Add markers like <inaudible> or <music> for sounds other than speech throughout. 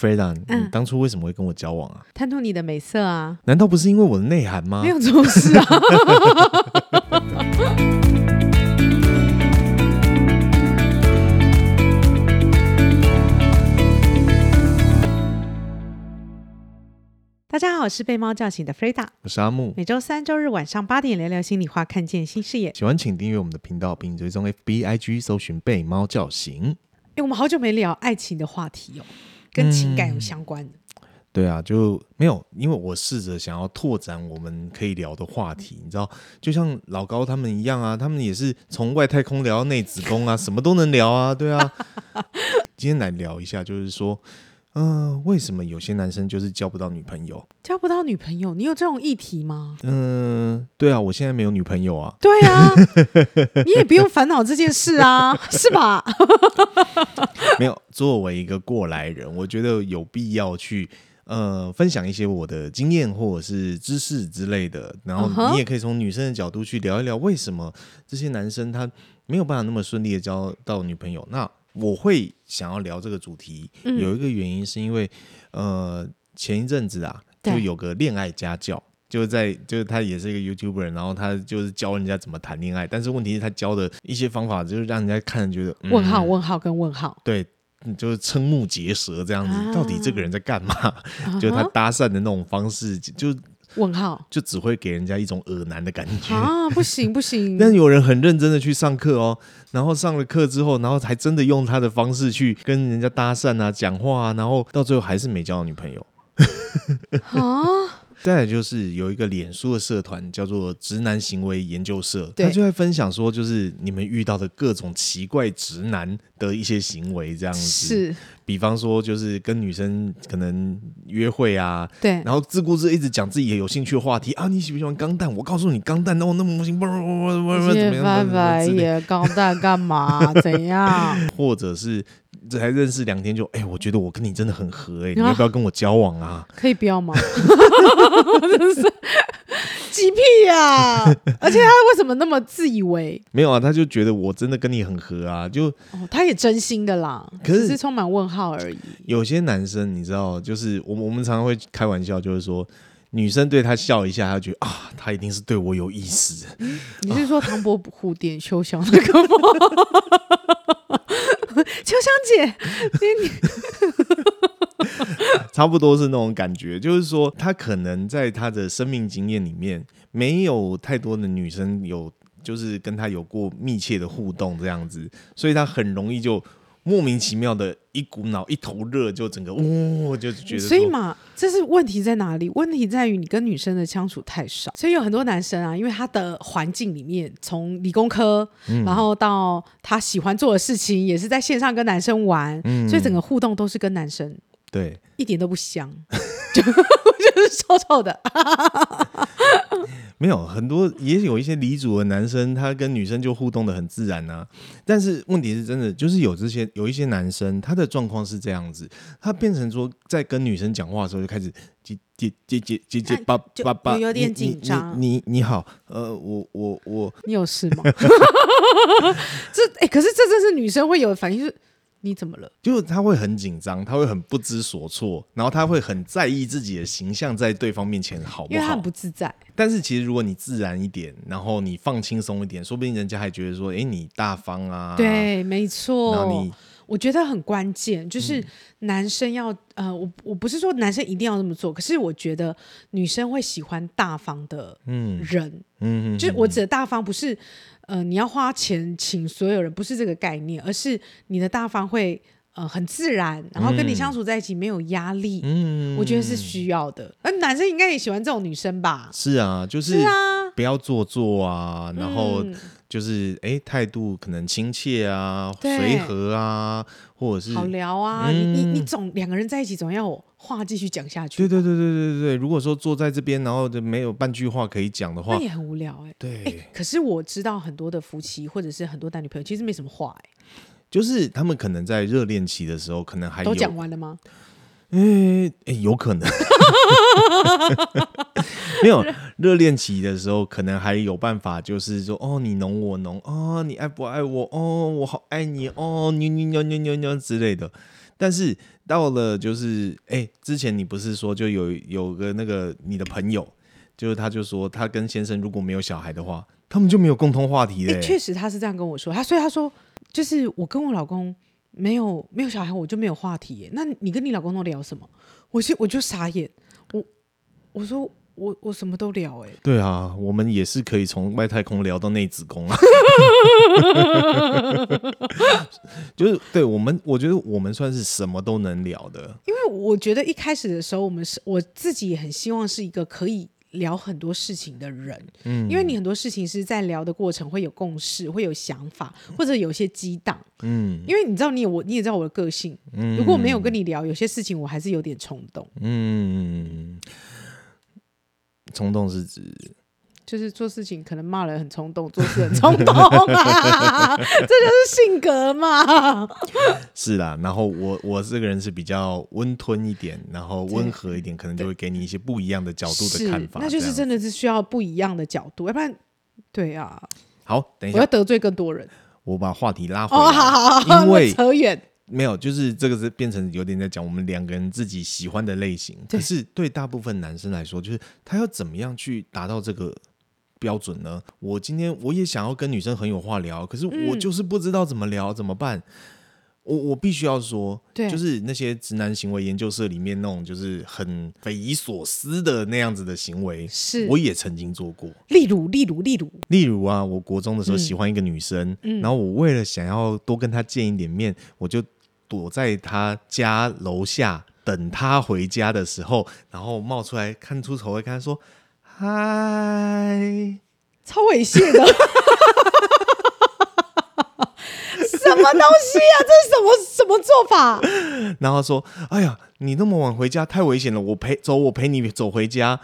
Freda，你嗯当初为什么会跟我交往啊？贪图你的美色啊，难道不是因为我的内涵吗没？有这种事啊。 <laughs> 大家好，我是被猫叫醒的 Freda，我是阿木，每周三、周日晚上八点聊聊心里话，看见新视野。喜欢请订阅我们的频道，并追踪 FB、IG，搜寻“被猫叫醒哎，我们好久没聊爱情的话题哦，跟情感有相关的。”。对啊，就没有，因为我试着想要拓展我们可以聊的话嗯题，你知道，就像老高他们一样啊，他们也是从外太空聊到内子 <laughs> 宫啊，什么都能聊啊，对啊。今天来聊一下，就是说，嗯、为什么有些男生就是交不到女朋友？交不到女朋友，你有这种议题吗？嗯、对啊，我现在没有女朋友啊。对啊， <laughs> 你也不用烦恼这件事啊，是吧？没有，作为一个过来人，我觉得有必要去呃分享一些我的经验或者是知识之类的，然嗯哼后你也可以从女生的角度去聊一聊，为什么这些男生他没有办法那么顺利的交到女朋友。那我会想要聊这个主题，嗯有一个原因是因为呃前一阵子啊，对就有个恋爱家教。就是在，就是他也是一个 YouTuber，然后他就是教人家怎么谈恋爱，但是问题是他教的一些方法，就是让人家看了觉得、嗯、问号问号跟问号，对，嗯就是瞠目结舌这样子。啊到底这个人在干嘛？ <laughs> 就是他啊哈搭讪的那种方式，就问号 <laughs> 就只会给人家一种恶男的感觉。啊，不行 <laughs> 不行，但有人很认真的去上课哦，然后上了课之后，然后还真的用他的方式去跟人家搭讪啊、讲话啊，然后到最后还是没交到女朋友。 <laughs> 啊，再来就是有一个脸书的社团叫做“直男行为研究社”，对他就在分享说，就是你们遇到的各种奇怪直男的一些行为，这样子。是比方说，就是跟女生可能约会啊，对，然后自顾自一直讲自己有兴趣的话题啊，你喜不喜欢钢弹？我告诉你，钢弹哦，那么模型，不不不不不，怎么样？拜拜之类也高大干嘛？怎样？或者是这才认识两天就，哎，我觉得我跟你真的很合，哎，你啊要不要跟我交往啊？可以不要吗？ <laughs> 真是鸡屁呀、而且他为什么那么自以为？没有啊，他就觉得我真的跟你很合啊。就哦，他也真心的啦，可是只是充满问号而已。有些男生，你知道，就是我们我们常常会开玩笑，就是说。女生对他笑一下，他就觉得啊，他一定是对我有意思。你哦是说唐伯虎点秋香那个吗？ <laughs> 秋香姐，差不多是那种感觉，就是说他可能在他的生命经验里面，没有太多的女生有就是跟他有过密切的互动这样子，所以他很容易就莫名其妙的一股脑一头热，就整个呜、就觉得所以说。嘛，这是问题在哪里？问题在于你跟女生的相处太少，所以有很多男生啊，因为他的环境里面，从理工科，嗯然后到他喜欢做的事情，也是在线上跟男生玩，嗯所以整个互动都是跟男生，对，一点都不香， <laughs> 就就是臭臭的。啊没有很多，也有一些离组的男生，他跟女生就互动的很自然啊。但是问题是真的，就是有这些有一些男生，他的状况是这样子，他变成说在跟女生讲话的时候就开始姐姐姐姐姐姐哎爸就爸爸，有有你点你紧你张你你好，呃，我我我，你有事吗？ <laughs> 这哎、可是这正是女生会有的反应，就是你怎么了？就是他会很紧张，他会很不知所措，然后他会很在意自己的形象在对方面前好因不为他好很。不自在。但是其实如果你自然一点，然后你放轻松一点，说不定人家还觉得说，哎，你大方啊，，对，没错。然后你嗯我觉得很关键，就是男生要、呃，我我不是说男生一定要这么做，可是我觉得女生会喜欢大方的嗯人，嗯，嗯就是我指的大方不是呃你要花钱请所有人，不是这个概念，而是你的大方会呃很自然，然后跟你相处在一起没有压力，嗯我觉得是需要的。而男生应该也喜欢这种女生吧？是啊，就是是啊，不要做作啊，然后嗯就是哎态、度可能亲切啊、对随和啊，或者是好聊啊，嗯你你你总两个人在一起总要有话继续讲下去对吧，对对对对对对，如果说坐在这边，然后就没有半句话可以讲的话那，也很无聊哎、对，哎、可是我知道很多的夫妻或者是很多男女朋友其实没什么话哎、就是他们可能在热恋期的时候，可能还有都讲完了吗？哎、哎有可能 <laughs> 没有热恋期的时候，可能还有办法，就是说哦，你侬我侬哦，你爱不爱我哦，我好爱你哦，妞妞妞妞妞妞之类的。但是到了就是哎、之前你不是说就有有个那个你的朋友，就是他就说他跟先生如果没有小孩的话，他们就没有共同话题嘞、哎、确实他是这样跟我说，他所以他说就是我跟我老公没有没有小孩，我就没有话题耶。那你跟你老公都聊什么？我就我就傻眼，我我说我我什么都聊哎，对啊，我们也是可以从外太空聊到内子 <laughs> 宫啊，就是对我们，我觉得我们算是什么都能聊的，因为我觉得一开始的时候，我们是我自己也很希望是一个可以。聊很多事情的人，嗯，因为你很多事情是在聊的过程会有共识，会有想法，或者有些激荡，嗯因为你知道你也我你也知道我的个性，嗯如果没有跟你聊，有些事情我还是有点冲动，嗯，冲动是指就是做事情可能骂人很冲动，做事很冲动啊， <laughs> 这就是性格嘛。是啦，然后我我这个人是比较温吞一点，然后温和一点，可能就会给你一些不一样的角度是，的看法，那就这是样真的是需要不一样的角度，要不然，对啊，好。等一我下要，得罪更多人。我把话题拉回来，哦，好好好，因为那 <laughs> 扯远，没有，就是这个是变成有点在讲我们两个人自己喜欢的类型。对可是对大部分男生来说，就是他要怎么样去达到这个标准呢？我今天我也想要跟女生很有话聊，可是我嗯就是不知道怎么聊，怎么办？我我必须要说，对就是那些直男行为研究社里面那种就是很匪夷所思的那样子的行为，是我也曾经做过。例如，例如，例如，例如啊，我国中的时候喜欢一个女生，然后我为了想要多跟她见一点面，我就躲在她家楼下等她回家的时候，然后冒出来看出头来跟她说：“嗨。超猥亵的。 <laughs> 什么东西啊？这是什么什么做法？”然后说：“哎呀，你那么晚回家太危险了，我陪走，我陪你走回家。”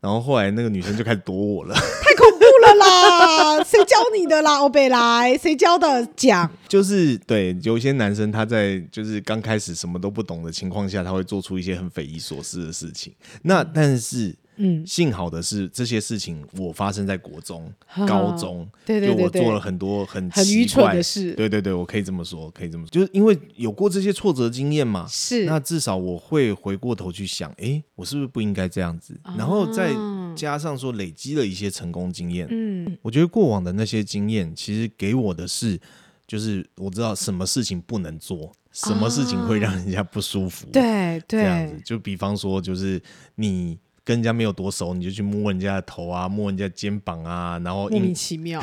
然后后来那个女生就开始躲我了，太恐怖了啦！ <laughs> 谁教你的啦？欧贝来，谁教的？讲。就是对有一些男生他在就是刚开始什么都不懂的情况下，他会做出一些很匪夷所思的事情。那但是嗯，幸好的是，这些事情我发生在国中、 <laughs> 哈高中，对对就我对对做了很多很很奇愚蠢怪的事对对对，我可以这么说，可以这么说，就是因为有过这些挫折经验嘛。是。那至少我会回过头去想，诶，我是不是不应该这样子？然后再啊加上说累积了一些成功经验，嗯，我觉得过往的那些经验，其实给我的是，就是我知道什么事情不能做，什么事情会让人家不舒服。啊对这样子对，，就比方说，就是你跟人家没有多熟，你就去摸人家的头啊，摸人家肩膀啊，然后莫名硬其妙，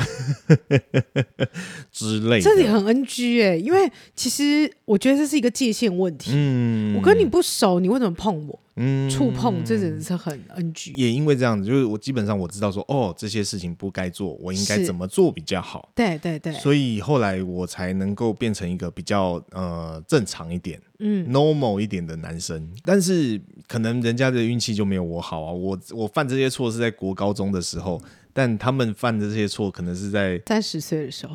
之类这里的。很 NG 哎、因为其实我觉得这是一个界限问题。嗯，我跟你不熟，你为什么碰我？嗯触碰这真的是很 NG。也因为这样子，就是我基本上我知道说，哦，这些事情不该做，我应该是怎么做比较好。对对对，所以后来我才能够变成一个比较呃正常一点、嗯， normal 一点的男生，但是可能人家的运气就没有我好啊。我我犯这些错是在国高中的时候，但他们犯的这些错可能是在三十岁的时候，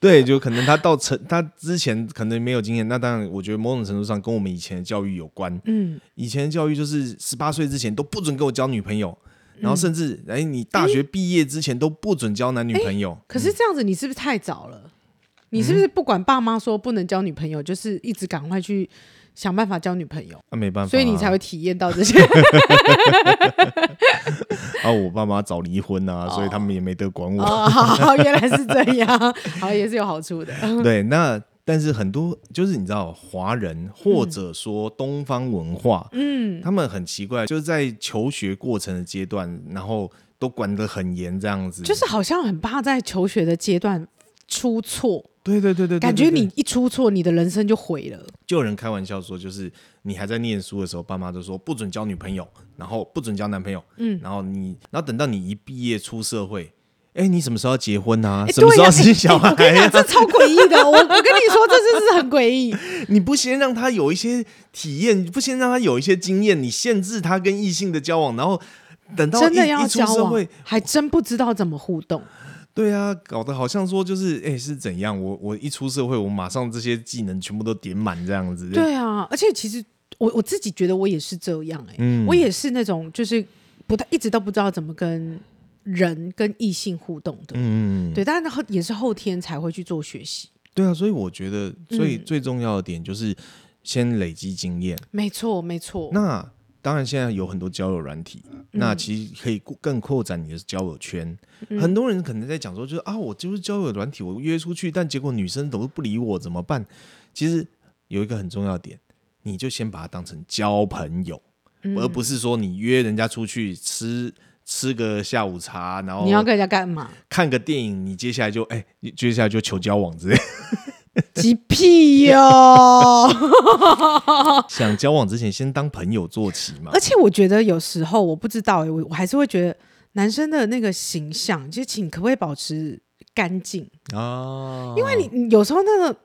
对，就可能他到成他之前可能没有经验，那当然，我觉得某种程度上跟我们以前的教育有关。嗯，以前的教育就是十八岁之前都不准给我交女朋友，然嗯后甚至哎、你大学毕业之前都不准交男女朋友。可是这样子你是不是太早了？你是不是不管爸妈说不能交女朋友，就是一直赶快去想办法交女朋友，那、没办法啊、所以你才会体验到这些？ <laughs> 啊！我爸妈早离婚啊，所以他们也没得管我。哦，好，原来是这样，好，也是有好处的。 <laughs> 对，那但是很多就是你知道，华人或者说东方文化，嗯，他们很奇怪，就是在求学过程的阶段，然后都管得很严，这样子，就是好像很怕在求学的阶段出错，对对对对对，感觉对你一出错，你的人生就毁了。就有人开玩笑说，就是你还在念书的时候，爸妈就说不准交女朋友，然后不准交男朋友，嗯，然后你，然后等到你一毕业出社会。哎，你什么时候要结婚啊？哎什么时候要对呀生小孩、我跟你讲，这超诡异的。我我跟你说，这真是很诡异。你不先让他有一些体验，不先让他有一些经验，你限制他跟异性的交往，然后等到真的一要一出交社往会，，还真不知道怎么互动。对啊，搞得好像说就是哎、是怎样？我我一出社会，我马上这些技能全部都点满这样子。，对啊，而且其实我我自己觉得我也是这样哎、嗯我也是那种就是不太一直都不知道怎么跟人跟异性互动的。嗯，对，但是后也是后天才会去做学习。对啊，所以我觉得最、嗯最重要的点就是先累积经验。没错，没错。那当然，现在有很多交友软体，那嗯其实可以扩更扩展你的交友圈。嗯很多人可能在讲说，就是啊，我就是交友软体，我约出去，但结果女生都不理我，怎么办？其实有一个很重要的点，你就先把它当成交朋友，嗯而不是说你约人家出去吃吃个下午茶，然后你要跟人家 <laughs> 干嘛？看个电影，你接下来就哎、你接下来就求交往之类。急屁哟、哦 <laughs> 想交往之前，先当朋友做起嘛而。且我觉得有时候我不知道欸、我我还是会觉得男生的那个形象，就是请可不可以保持干净？啊，呃因为你你有时候那个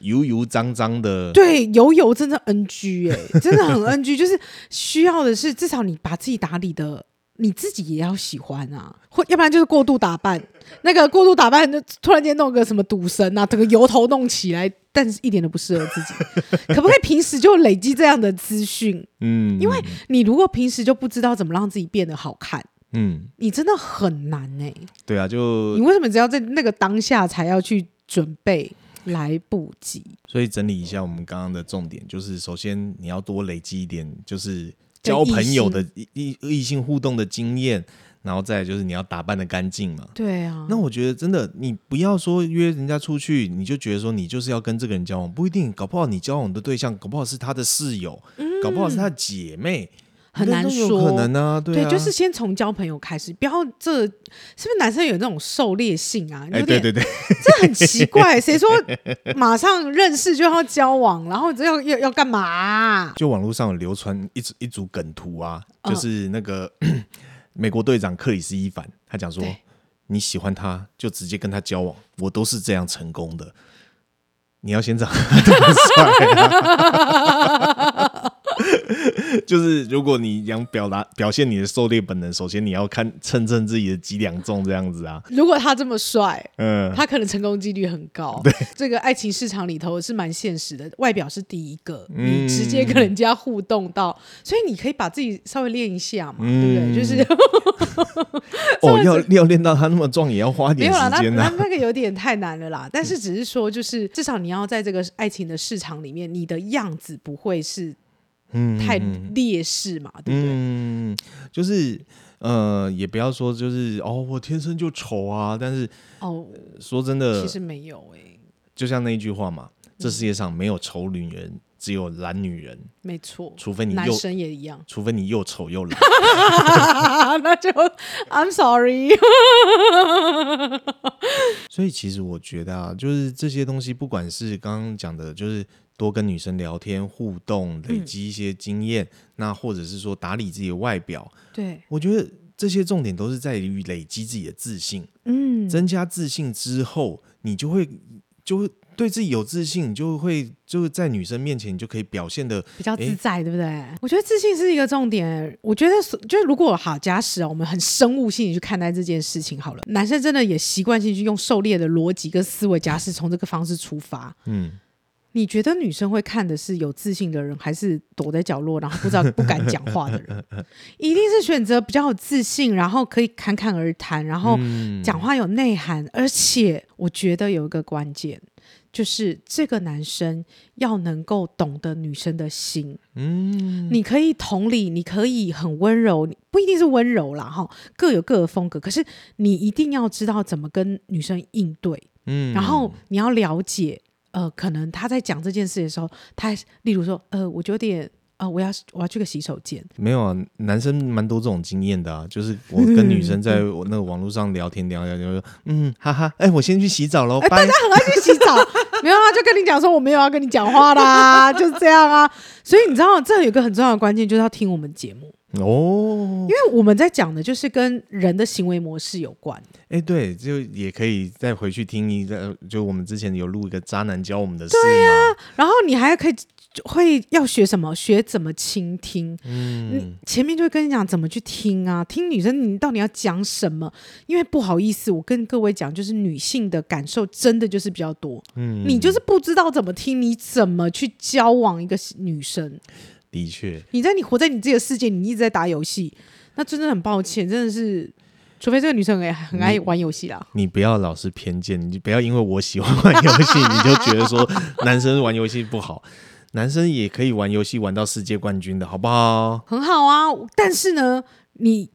油油脏脏的，对油油真的 NG 哎、真的很 NG，就是需要的是至少你把自己打理的。你自己也要喜欢啊，或要不然就是过度打扮。那个过度打扮，就突然间弄个什么赌神啊，整个油头弄起来，但是一点都不适合自己。可不可以平时就累积这样的资讯？嗯，因为你如果平时就不知道怎么让自己变得好看，嗯，你真的很难哎、对啊，你就为什么只要在那个当下才要去准备？来不及，所以整理一下我们刚刚的重点，就是首先你要多累积一点，就是跟交异朋友性的异异异性互动的经验，然后再来就是你要打扮的干净嘛。对啊，那我觉得真的，你不要说约人家出去，你就觉得说你就是要跟这个人交往，不一定，搞不好你交往的对象，搞不好是他的室友，搞不好是他姐妹，嗯很那难都有说可能啊，对对,、啊，就是先从交朋友开始，不要这是不是男生有那种狩猎性啊？有哎，对点、对对，这很奇怪，欸谁说马上认识就要交往，然后要要要干嘛啊、就网络上有流传一组一组梗图啊，嗯就是那个、 <clears throat> 美国队长克里斯伊凡，他讲说对你喜欢他就直接跟他交往，我都是这样成功的。你要先长 <laughs> 得这么帅、啊，就是如果你想表达表现你的狩猎本能，首先你要看称称自己的几两重这样子啊，如果他这么帅， <laughs> 嗯，他可能成功几率很 <laughs> 高。这个爱情市场里头是蛮现实的，外表是第一个，嗯你直接跟人家互动到，所以你可以把自己稍微练一下嘛，嗯对不 <laughs> 对？就是 <laughs> 哦，要要练到他那么壮，也要花没点有啦，时那间啊呐、那那个有点太难了啦。但是只是说，就是至少你要在这个爱情的市场里面，你的样子不会是嗯，太劣势嘛，对不对？嗯，就是呃，也不要说就是哦，我天生就丑啊。但是哦，说真其的，实嗯没有哎诶、就像那一句话嘛，这世界上没有丑女人，只有懒女人。没错，除非你男又，，生也一样 <laughs> 除非你又丑又懒。 <laughs> 那就 I'm sorry。 <laughs> 所以其实我觉得啊，就是这些东西，不管是刚刚讲的，就是多跟女生聊天互动，嗯累积一些经验，那或者是说打理自己的外表，对，我觉得这些重点都是在于累积自己的自信。嗯，增加自信之后，你就会就会对自己有自信，你就会就是在女生面前你就可以表现的，比较诶自在，对不对？我觉得自信是一个重点。我觉得所就是如果好，假使啊，我们很生物性地去看待这件事情好了，男生真的也习惯性去用狩猎的逻辑跟思维，假使从这个方式出发，嗯，你觉得女生会看的是有自信的人，还是躲在角落然后不知道不敢讲话的人？一定是选择比较有自信，然后可以侃侃而谈，然嗯后哦讲话有内涵，而且我觉得有一个关键。就是这个男生要能够懂得女生的心，嗯，你可以同理，你可以很温柔，你不一定是温柔啦，哈，各有各的风格。可是你一定要知道怎么跟女生应对，嗯然后你要了解，呃，可能他在讲这件事的时候，他例如说，呃，我就有点，呃，我要我要去个洗手间， <laughs> 没有啊，男生蛮多这种经验的啊，就是我跟女生在我那个网络上聊天聊聊聊，嗯，哈哈，哎、我先去洗澡喽，哎、拜大家。很爱去洗澡，没有啊，就跟你讲说我没有要跟你讲话啦， <laughs> 就是这样啊。所以你知道，这有一个很重要的关键，就是要听我们节目，哦，因为我们在讲的就是跟人的行为模式有关。哎、对，就也可以再回去听一个，就我们之前有录一个渣男教我们的事嘛，然后你还可以就会要学什么？学怎么倾听。嗯，前面就会跟你讲怎么去听啊，听女生你到底要讲什么？因为不好意思，我跟各位讲，就是女性的感受真的就是比较多，嗯，你就是不知道怎么听，你怎么去交往一个女生？的确，你在你活在你自己的世界，你一直在打游戏，那真的很抱歉，真的是除非这个女生也很爱玩游戏啦。你不要老是偏见，你不要因为我喜欢玩游戏，你就觉得 <laughs> 说男生玩游戏不好，男生也可以玩游戏玩到世界冠军的，好不好？很好啊，但是呢，你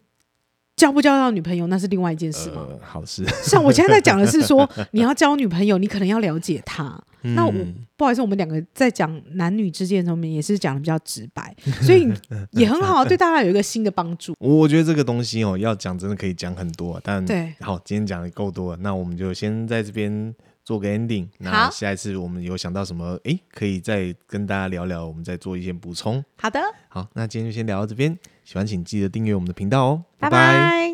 交不交到女朋友那是另外一件事嘛。呃，好事，像我现在在讲的是 <laughs> 说，你要交女朋友，你可能要了解她。那我嗯不好意思，我们两个在讲男女之间的时候，我们也是讲的比较直白，所 <laughs> 以也很好啊，对大家有一个新的帮助。我我觉得这个东西哦，要讲真的可以讲很多，但对好，今天讲的够多了，那我们就先在这边做个 ending。那好下一次我们有想到什么，诶，可以再跟大家聊聊，我们再做一些补充。好的，好，那今天就先聊到这边，喜欢请记得订阅我们的频道哦，拜拜